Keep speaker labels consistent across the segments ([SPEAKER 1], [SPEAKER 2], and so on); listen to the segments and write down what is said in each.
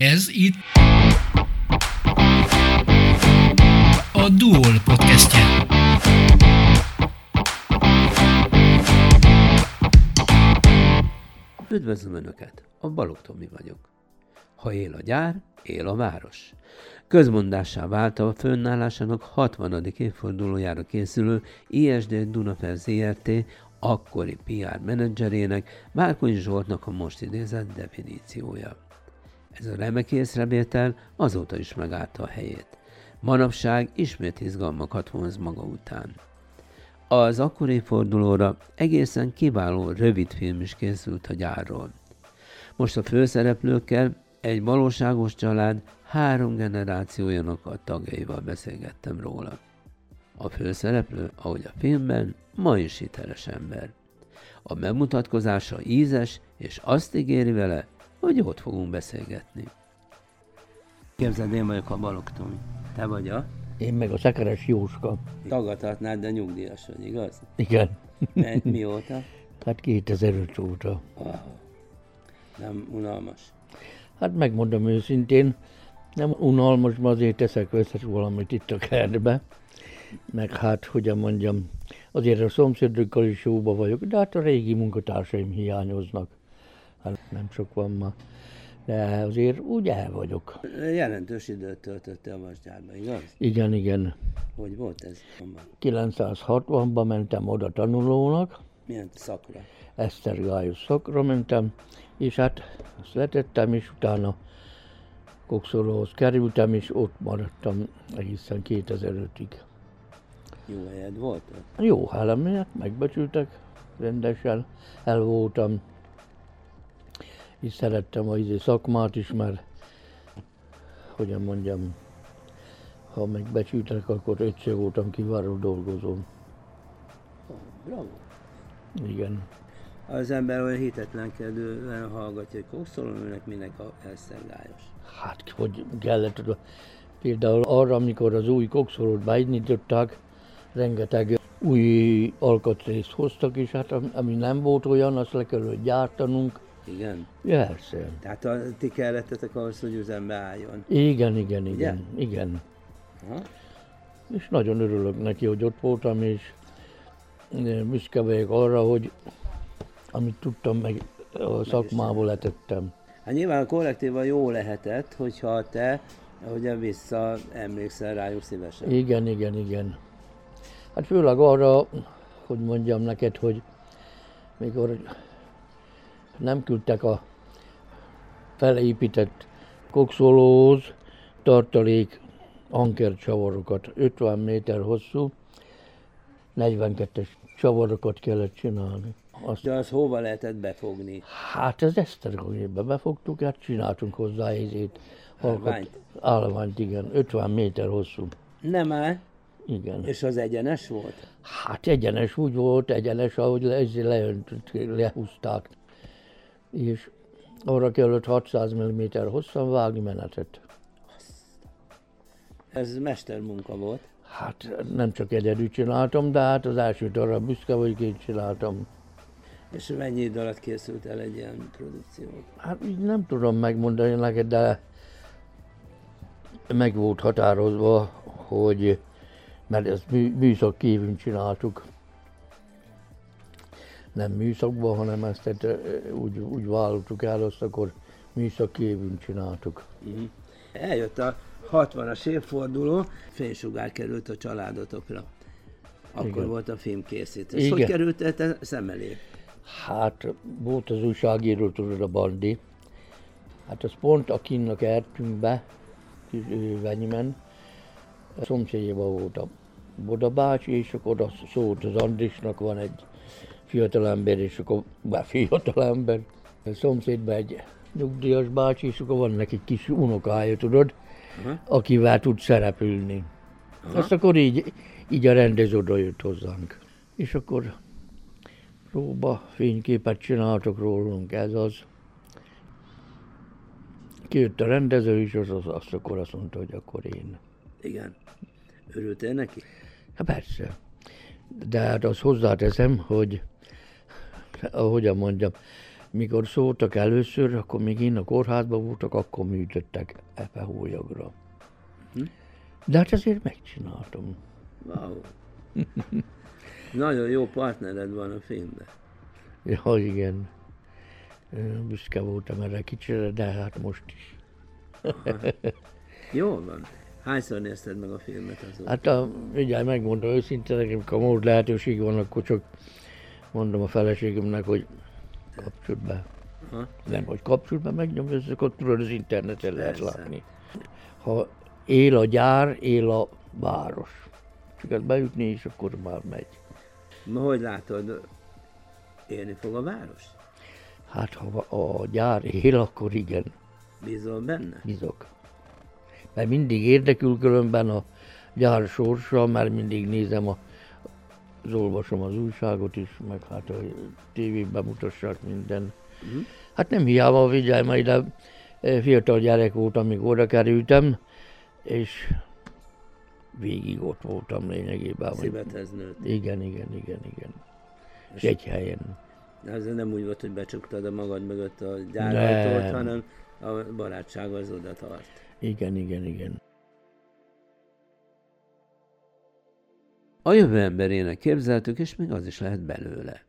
[SPEAKER 1] Ez itt a Duol podcastje.
[SPEAKER 2] Üdvözlöm Önöket! A Balogh Tomi vagyok. Ha él a gyár, él a város. Közmondássá vált a fönnállásának 60. évfordulójára készülő ISD Dunafer ZRT akkori PR menedzserének, Márkony Zsoltnak a most idézett definíciója. Ez a remek észrevétel azóta is megállta a helyét. Manapság ismét izgalmakat vonz maga után. Az akkori fordulóra egészen kiváló rövidfilm is készült a gyárról. Most a főszereplőkkel egy valóságos család három generációjának a tagjaival beszélgettem róla. A főszereplő, ahogy a filmben, ma is hiteles ember. A bemutatkozása ízes, és azt ígéri vele, hogy ott fogunk beszélgetni. Képzeld, én vagyok a Balogh Tomi. Te vagy a?
[SPEAKER 3] Én meg a szekeres Jóska.
[SPEAKER 2] Tagadhatnád, de nyugdíjas vagy, igaz?
[SPEAKER 3] Igen.
[SPEAKER 2] De mióta?
[SPEAKER 3] Hát 2005 óta.
[SPEAKER 2] Ah, nem unalmas.
[SPEAKER 3] Hát megmondom őszintén, nem unalmas, mert azért teszek összes valamit itt a kertbe. Meg hát, hogyan mondjam, azért a szomszédokkal is jóba vagyok, de hát a régi munkatársaim hiányoznak. Hát nem sok van ma. De azért úgy el vagyok.
[SPEAKER 2] Jelentős időt töltöttél a vasgyárba, igaz?
[SPEAKER 3] Igen, igen.
[SPEAKER 2] Hogy volt ez? Honnan?
[SPEAKER 3] 960-ban mentem oda tanulónak,
[SPEAKER 2] Milyen szakra?
[SPEAKER 3] Esztergályos szakra mentem, és hát azt letettem, és utána Kokszolóhoz kerültem, és ott maradtam egészen 2005-ig.
[SPEAKER 2] Jó helyed volt ott?
[SPEAKER 3] Jó, hála miért megbecsültek, rendesen el voltam. És szerettem a izé szakmát is, mert hogyan mondjam, ha megbecsültek, akkor ötször voltam kiváló dolgozó.
[SPEAKER 2] Oh, bravo.
[SPEAKER 3] Igen.
[SPEAKER 2] Az ember olyan hitetlenkedően hallgatja, hogy kokszolónőnek minek a elszergályos.
[SPEAKER 3] Hát, hogy kellett oda. Például arra, amikor az új kokszorot beindították, rengeteg új alkatrészt hoztak, és hát am- ami nem volt olyan, azt le kellett gyártanunk.
[SPEAKER 2] Igen?
[SPEAKER 3] Persze.
[SPEAKER 2] Tehát a, ti kellettetek ahhoz, hogy üzembe álljon.
[SPEAKER 3] Igen, igen, igen, igen.
[SPEAKER 2] Aha.
[SPEAKER 3] És nagyon örülök neki, hogy ott voltam, és eh, büszke vagyok arra, hogy amit tudtam, meg a szakmából letettem.
[SPEAKER 2] Hát nyilván a kollektívan jó lehetett, hogyha te ugye vissza emlékszel rájuk szívesen.
[SPEAKER 3] Igen, igen, igen. Hát főleg arra, hogy mondjam neked, hogy mikor nem küldtek a felépített kokszolóhoz tartalék ankercsavarokat, 50 méter hosszú, 42-es csavarokat kellett csinálni. Azt,
[SPEAKER 2] De az hova lehetett befogni?
[SPEAKER 3] hát az Esztergomjébe befogtuk, hát csináltunk hozzá ezét.
[SPEAKER 2] Állványt?
[SPEAKER 3] Állványt, igen, 50 méter hosszú.
[SPEAKER 2] Nem áll,
[SPEAKER 3] Igen.
[SPEAKER 2] és az egyenes volt?
[SPEAKER 3] Hát egyenes úgy volt, egyenes, ahogy le, ez leöntött, lehúzták. És arra kellett 600 mm hosszan vágni menetet.
[SPEAKER 2] Ez mestermunka volt.
[SPEAKER 3] Hát nem csak egyedül csináltam, de hát az első arra büszke vagyok, én csináltam.
[SPEAKER 2] És mennyi idő alatt készült el egy ilyen produkció?
[SPEAKER 3] Hát így nem tudom megmondani neked, de meg volt határozva, hogy mert ezt mű- műszak kívül csináltuk. Nem műszakban, hanem ezt tehát, ö, úgy, úgy vállaltuk el, azt akkor műszak kívül csináltuk.
[SPEAKER 2] Eljött a 60-as évforduló, fénysugár került a családotokra. Akkor
[SPEAKER 3] Igen.
[SPEAKER 2] volt a filmkészítés.
[SPEAKER 3] Igen.
[SPEAKER 2] Hogy került el te szem elé?
[SPEAKER 3] Hát volt az újságíró, tudod, a bandi. Hát az pont a kinnak értünk be, kis ő Venyimen, a szomszédjában volt a Boda bácsi, és akkor oda szólt az Andrisnak van egy fiatalember, és akkor már fiatalember. A szomszédban egy nyugdíjas bácsi, és akkor van neki kis unokája, tudod,
[SPEAKER 2] Aha.
[SPEAKER 3] akivel tud szerepülni. Azt akkor így, így a rendező oda jött hozzánk. És akkor próba fényképet csináltok rólunk, ez az. Kijött a rendező is, az, az azt akkor azt mondta, hogy akkor én.
[SPEAKER 2] Igen. Örültél neki?
[SPEAKER 3] Hát persze. De hát azt hozzáteszem, hogy ahogyan mondjam, Mikor szóltak először, akkor még én a kórházban voltak, akkor műtöttek epe hólyagra.
[SPEAKER 2] Mhm.
[SPEAKER 3] De hát azért megcsináltam.
[SPEAKER 2] Wow. Nagyon jó partnered van a filmben.
[SPEAKER 3] Ja, igen. Ö, Büszke voltam erre kicsire, de hát most is.
[SPEAKER 2] Jól van. Hányszor nézted meg a filmet azóta?
[SPEAKER 3] Hát a, ugye megmondom őszintén, nekem ha most lehetőség van, akkor csak mondom a feleségemnek, hogy kapcsol be.
[SPEAKER 2] Aha.
[SPEAKER 3] Nem, hogy kapcsol be, megnyomja, akkor tudod, az interneten lehet
[SPEAKER 2] Persze.
[SPEAKER 3] látni. Ha él a gyár, él a város. Csak hát bejutni, és akkor már megy.
[SPEAKER 2] Ma hogy látod, élni fog a város?
[SPEAKER 3] Hát ha a gyár él, akkor igen,
[SPEAKER 2] Bízol benne?
[SPEAKER 3] bizok. Mert mindig érdekül különben a gyár sorsa, mert mindig nézem a az olvasom az újságot is, meg hát a tévében mutassák minden.
[SPEAKER 2] Mhm.
[SPEAKER 3] Hát nem hiába figyelj, majd a e, fiatal gyerek voltam, amíg oda kerültem, és végig ott voltam lényegében. vagy-
[SPEAKER 2] Szívedhez nőtt.
[SPEAKER 3] Igen, igen, igen, igen.
[SPEAKER 2] És-
[SPEAKER 3] És egy helyen.
[SPEAKER 2] Ez nem úgy volt, hogy becsuktad a magad mögött a gyárajtót,
[SPEAKER 3] Nem.
[SPEAKER 2] hanem a barátság az oda tart.
[SPEAKER 3] Igen, igen, igen.
[SPEAKER 2] A jövő emberének képzeltük, és még az is lehet belőle.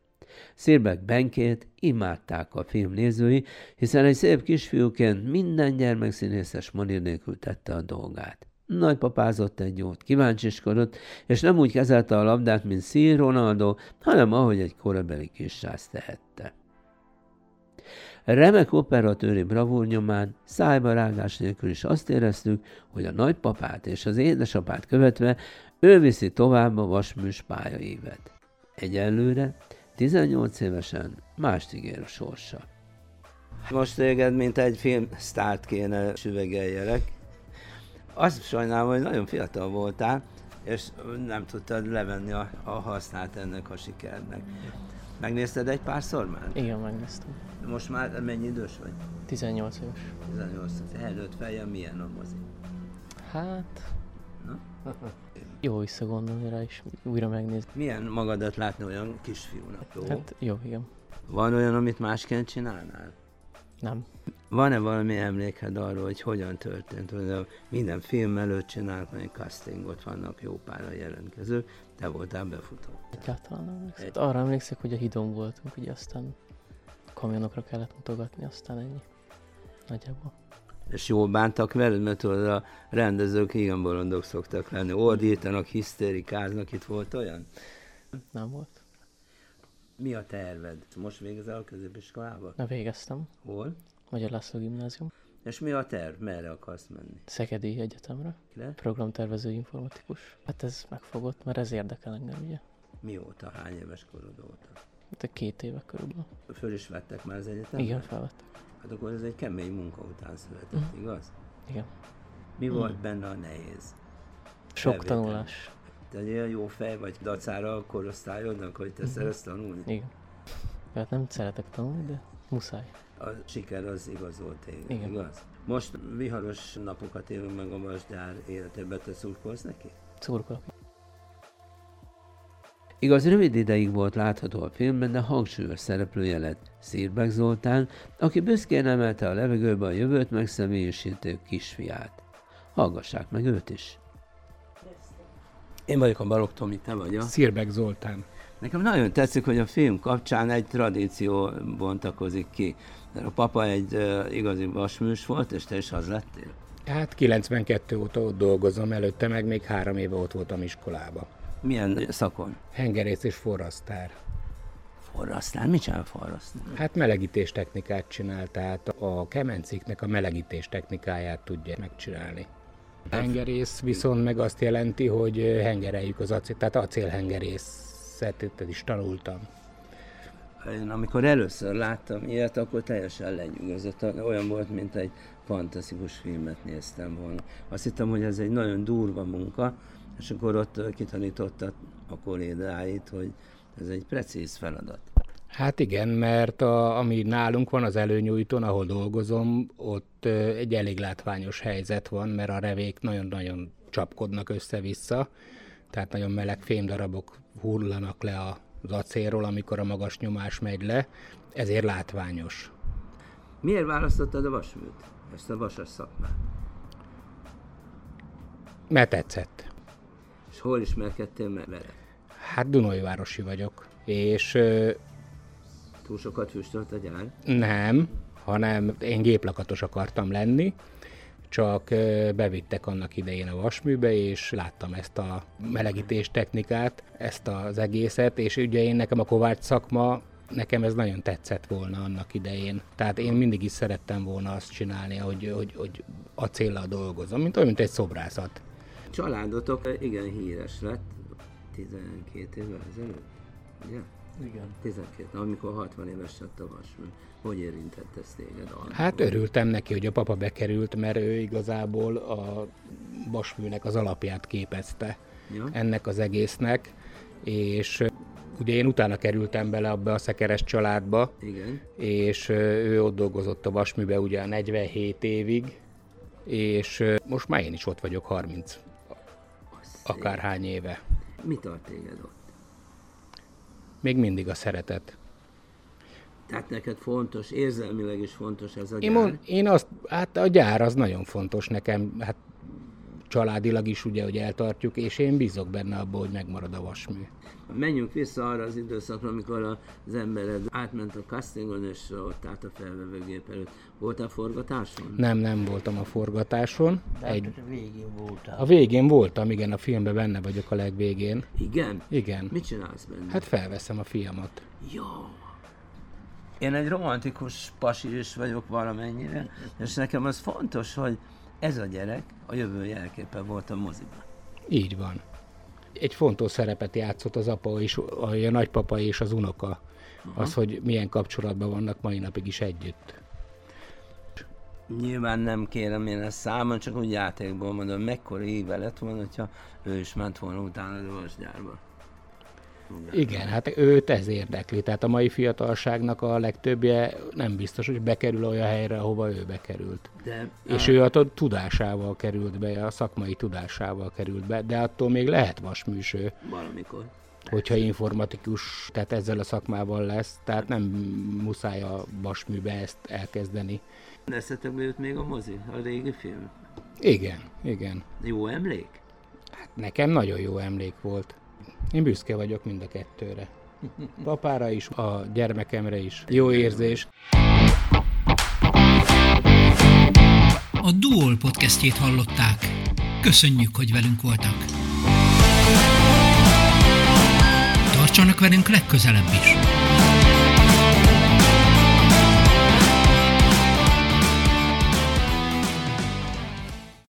[SPEAKER 2] Szirbek Benkét imádták a film nézői, hiszen egy szép kisfiúként minden gyermek színészes manír nélkül tette a dolgát. Nagypapázott egy jót, kíváncsiskodott, és nem úgy kezelte a labdát, mint Sir Ronaldo, hanem ahogy egy korabeli kisrác tehette. Remek operatőri bravúr nyomán szájbarágás nélkül is azt éreztük, hogy a nagypapát és az édesapát követve ő viszi tovább a vasműs pályaévet. Egyelőre 18 évesen mást ígér a sorsa. Most téged, mint egy filmsztárt kéne süvegeljelek. Azt sajnálom, hogy nagyon fiatal voltál, és nem tudtad levenni a, a hasznát ennek a sikernek. Megnézted egy párszor már?
[SPEAKER 4] Igen, megnéztem.
[SPEAKER 2] Most már mennyi idős vagy?
[SPEAKER 4] 18 éves.
[SPEAKER 2] 18. Előtt fejem milyen a mozi?
[SPEAKER 4] Hát...
[SPEAKER 2] Na?
[SPEAKER 4] Jó visszagondolni rá is, újra megnézni.
[SPEAKER 2] Milyen magadat látni olyan kisfiúnak? Jó?
[SPEAKER 4] Hát jó, igen.
[SPEAKER 2] Van olyan, amit másként csinálnál?
[SPEAKER 4] Nem.
[SPEAKER 2] Van-e valami emléked arról, hogy hogyan történt? Hogy a- minden film előtt csinálnak egy castingot, vannak jó pára jelentkezők, te voltál befutó.
[SPEAKER 4] Egyáltalán nem emlékszem.
[SPEAKER 2] Egy-
[SPEAKER 4] Arra emlékszek, hogy a hídon voltunk, ugye aztán kamionokra kellett mutogatni, aztán ennyi. Nagyjából.
[SPEAKER 2] És jól bántak veled, mert tudod, a rendezők igen bolondok szoktak lenni. Ordítanak, hisztérikáznak, itt volt olyan?
[SPEAKER 4] Nem volt.
[SPEAKER 2] Mi a terved? Most végzel a középiskolába?
[SPEAKER 4] Na végeztem.
[SPEAKER 2] Hol?
[SPEAKER 4] Magyar László Gimnázium.
[SPEAKER 2] És mi a terv? Merre akarsz menni?
[SPEAKER 4] Szegedi Egyetemre.
[SPEAKER 2] Le?
[SPEAKER 4] Programtervező informatikus. Hát ez megfogott, mert ez érdekel engem, ugye?
[SPEAKER 2] Mióta? Hány éves korod óta?
[SPEAKER 4] De két éve körülbelül.
[SPEAKER 2] Föl is vettek már az egyetemre?
[SPEAKER 4] Igen, felvettek.
[SPEAKER 2] Hát akkor ez egy kemény munka után
[SPEAKER 4] Mhm.
[SPEAKER 2] született, igaz?
[SPEAKER 4] Igen.
[SPEAKER 2] Mi volt
[SPEAKER 4] Mhm.
[SPEAKER 2] benne a nehéz?
[SPEAKER 4] Sok
[SPEAKER 2] Felvétel.
[SPEAKER 4] tanulás.
[SPEAKER 2] Te egy olyan jó fej vagy dacára a korosztályodnak, hogy te szeretsz tanulni?
[SPEAKER 4] Mhm. Igen. Hát nem szeretek tanulni, de muszáj.
[SPEAKER 2] A siker az igazolt téged,
[SPEAKER 4] Igen.
[SPEAKER 2] igaz? Most viharos napokat élünk meg a vasdár életében, te szurkolsz neki?
[SPEAKER 4] Szurkolok.
[SPEAKER 2] Igaz, rövid ideig volt látható a filmben, de hangsúlyos szereplője lett Szírbek Zoltán, aki büszkén emelte a levegőbe a jövőt megszemélyisítő kisfiát. Hallgassák meg őt is. Én vagyok a Balog Tomi, te vagy a?
[SPEAKER 5] Szirbek Zoltán.
[SPEAKER 2] Nekem nagyon tetszik, hogy a film kapcsán egy tradíció bontakozik ki. Mert A papa egy ö, igazi vasműs volt, és te is az lettél.
[SPEAKER 5] Hát 92 óta ott dolgozom, előtte meg még három éve ott voltam iskolába.
[SPEAKER 2] Milyen szakon?
[SPEAKER 5] Hengerész és forrasztár.
[SPEAKER 2] Forrasztál? Mit csinál forrasztál?
[SPEAKER 5] Hát melegítés technikát csinál, tehát a kemencéknek a melegítés technikáját tudja megcsinálni. Hengerész viszont meg azt jelenti, hogy ö, hengereljük az acél, tehát acélhengerészetet is tanultam.
[SPEAKER 2] Én amikor először láttam ilyet, akkor teljesen lenyűgözött. Olyan volt, mint egy fantasztikus filmet néztem volna. Azt hittem, hogy ez egy nagyon durva munka, és akkor ott ö, kitanította a kollégáit, hogy ez egy precíz feladat.
[SPEAKER 5] Hát igen, mert a, ami nálunk van az előnyújtón, ahol dolgozom, ott ö, egy elég látványos helyzet van, mert a revék nagyon-nagyon csapkodnak össze-vissza, tehát nagyon meleg fémdarabok hullanak le a az acélról, amikor a magas nyomás megy le, ezért látványos.
[SPEAKER 2] Miért választottad a vasműt? Ezt a vasas szakmát?
[SPEAKER 5] Mert tetszett.
[SPEAKER 2] És hol ismerkedtél meg vele?
[SPEAKER 5] Hát Dunajvárosi vagyok, és ö,
[SPEAKER 2] Túl sokat füstölt a gyár?
[SPEAKER 5] nem, hanem én géplakatos akartam lenni, csak ö, bevittek annak idején a vasműbe, és láttam ezt a melegítés technikát, ezt az egészet, és ugye én nekem a kovács szakma, nekem ez nagyon tetszett volna annak idején. Tehát én mindig is szerettem volna azt csinálni, hogy, hogy, hogy acéllal dolgozom, mint olyan, mint egy szobrászat.
[SPEAKER 2] Családotok eh, igen híres lett 12 évvel ezelőtt, ugye?
[SPEAKER 6] Igen.
[SPEAKER 2] 12, Na, amikor 60 éves lett a vasmű. Hogy érintett ez téged? Arra?
[SPEAKER 5] Hát örültem neki, hogy a papa bekerült, mert ő igazából a vasműnek az alapját képezte
[SPEAKER 2] Ja.
[SPEAKER 5] ennek az egésznek, és ö, ugye én utána kerültem bele abba a szekeres családba,
[SPEAKER 2] Igen.
[SPEAKER 5] és ö, ő ott dolgozott a vasműbe ugye a 47 évig, és ö, most már én is ott vagyok 30 akárhány éve.
[SPEAKER 2] Mi tart téged ott?
[SPEAKER 5] Még mindig a szeretet.
[SPEAKER 2] Tehát neked fontos, érzelmileg is fontos ez a
[SPEAKER 5] Én,
[SPEAKER 2] gyár.
[SPEAKER 5] mond, én azt, hát a gyár az nagyon fontos nekem, hát családilag is ugye, hogy eltartjuk, és én bízok benne abból, hogy megmarad a vasmű.
[SPEAKER 2] Menjünk vissza arra az időszakra, amikor az embered átment a castingon, és ott állt a felvevőgép előtt. Voltál forgatáson?
[SPEAKER 5] Nem, nem voltam a forgatáson. Egy,
[SPEAKER 6] Egy... Végén voltál.
[SPEAKER 5] a végén voltam, igen, a filmben benne vagyok a legvégén.
[SPEAKER 2] Igen?
[SPEAKER 5] Igen.
[SPEAKER 2] Mit csinálsz benne?
[SPEAKER 5] Hát felveszem a fiamat.
[SPEAKER 2] Jó. Én egy romantikus pasi is vagyok valamennyire, és nekem az fontos, hogy ez a gyerek a jövő jelképe volt a moziban.
[SPEAKER 5] Így van. Egy fontos szerepet játszott az apa és a a nagypapa és az unoka. Az, hogy milyen kapcsolatban vannak mai napig is együtt.
[SPEAKER 2] Nyilván nem kérem én ezt számon, csak úgy játékból mondom, mekkora éve lett volna, hogyha ő is ment volna utána a vasgyárba.
[SPEAKER 5] Igen, hát őt ez érdekli. Tehát a mai fiatalságnak a legtöbbje nem biztos, hogy bekerül olyan helyre, ahova ő bekerült.
[SPEAKER 2] De
[SPEAKER 5] És ő a tudásával került be, a szakmai tudásával került be, de attól még lehet vasműső,
[SPEAKER 2] valamikor.
[SPEAKER 5] hogyha informatikus, tehát ezzel a szakmával lesz, tehát nem muszáj a vasműbe ezt elkezdeni.
[SPEAKER 2] Eszetekbe jut még a mozi, a régi film.
[SPEAKER 5] Igen, igen.
[SPEAKER 2] Jó emlék?
[SPEAKER 5] Nekem nagyon jó emlék volt. Én büszke vagyok mind a kettőre. Papára is, a gyermekemre is. Jó érzés.
[SPEAKER 1] A Duol podcastjét hallották. Köszönjük, hogy velünk voltak. Tartsanak velünk legközelebb is!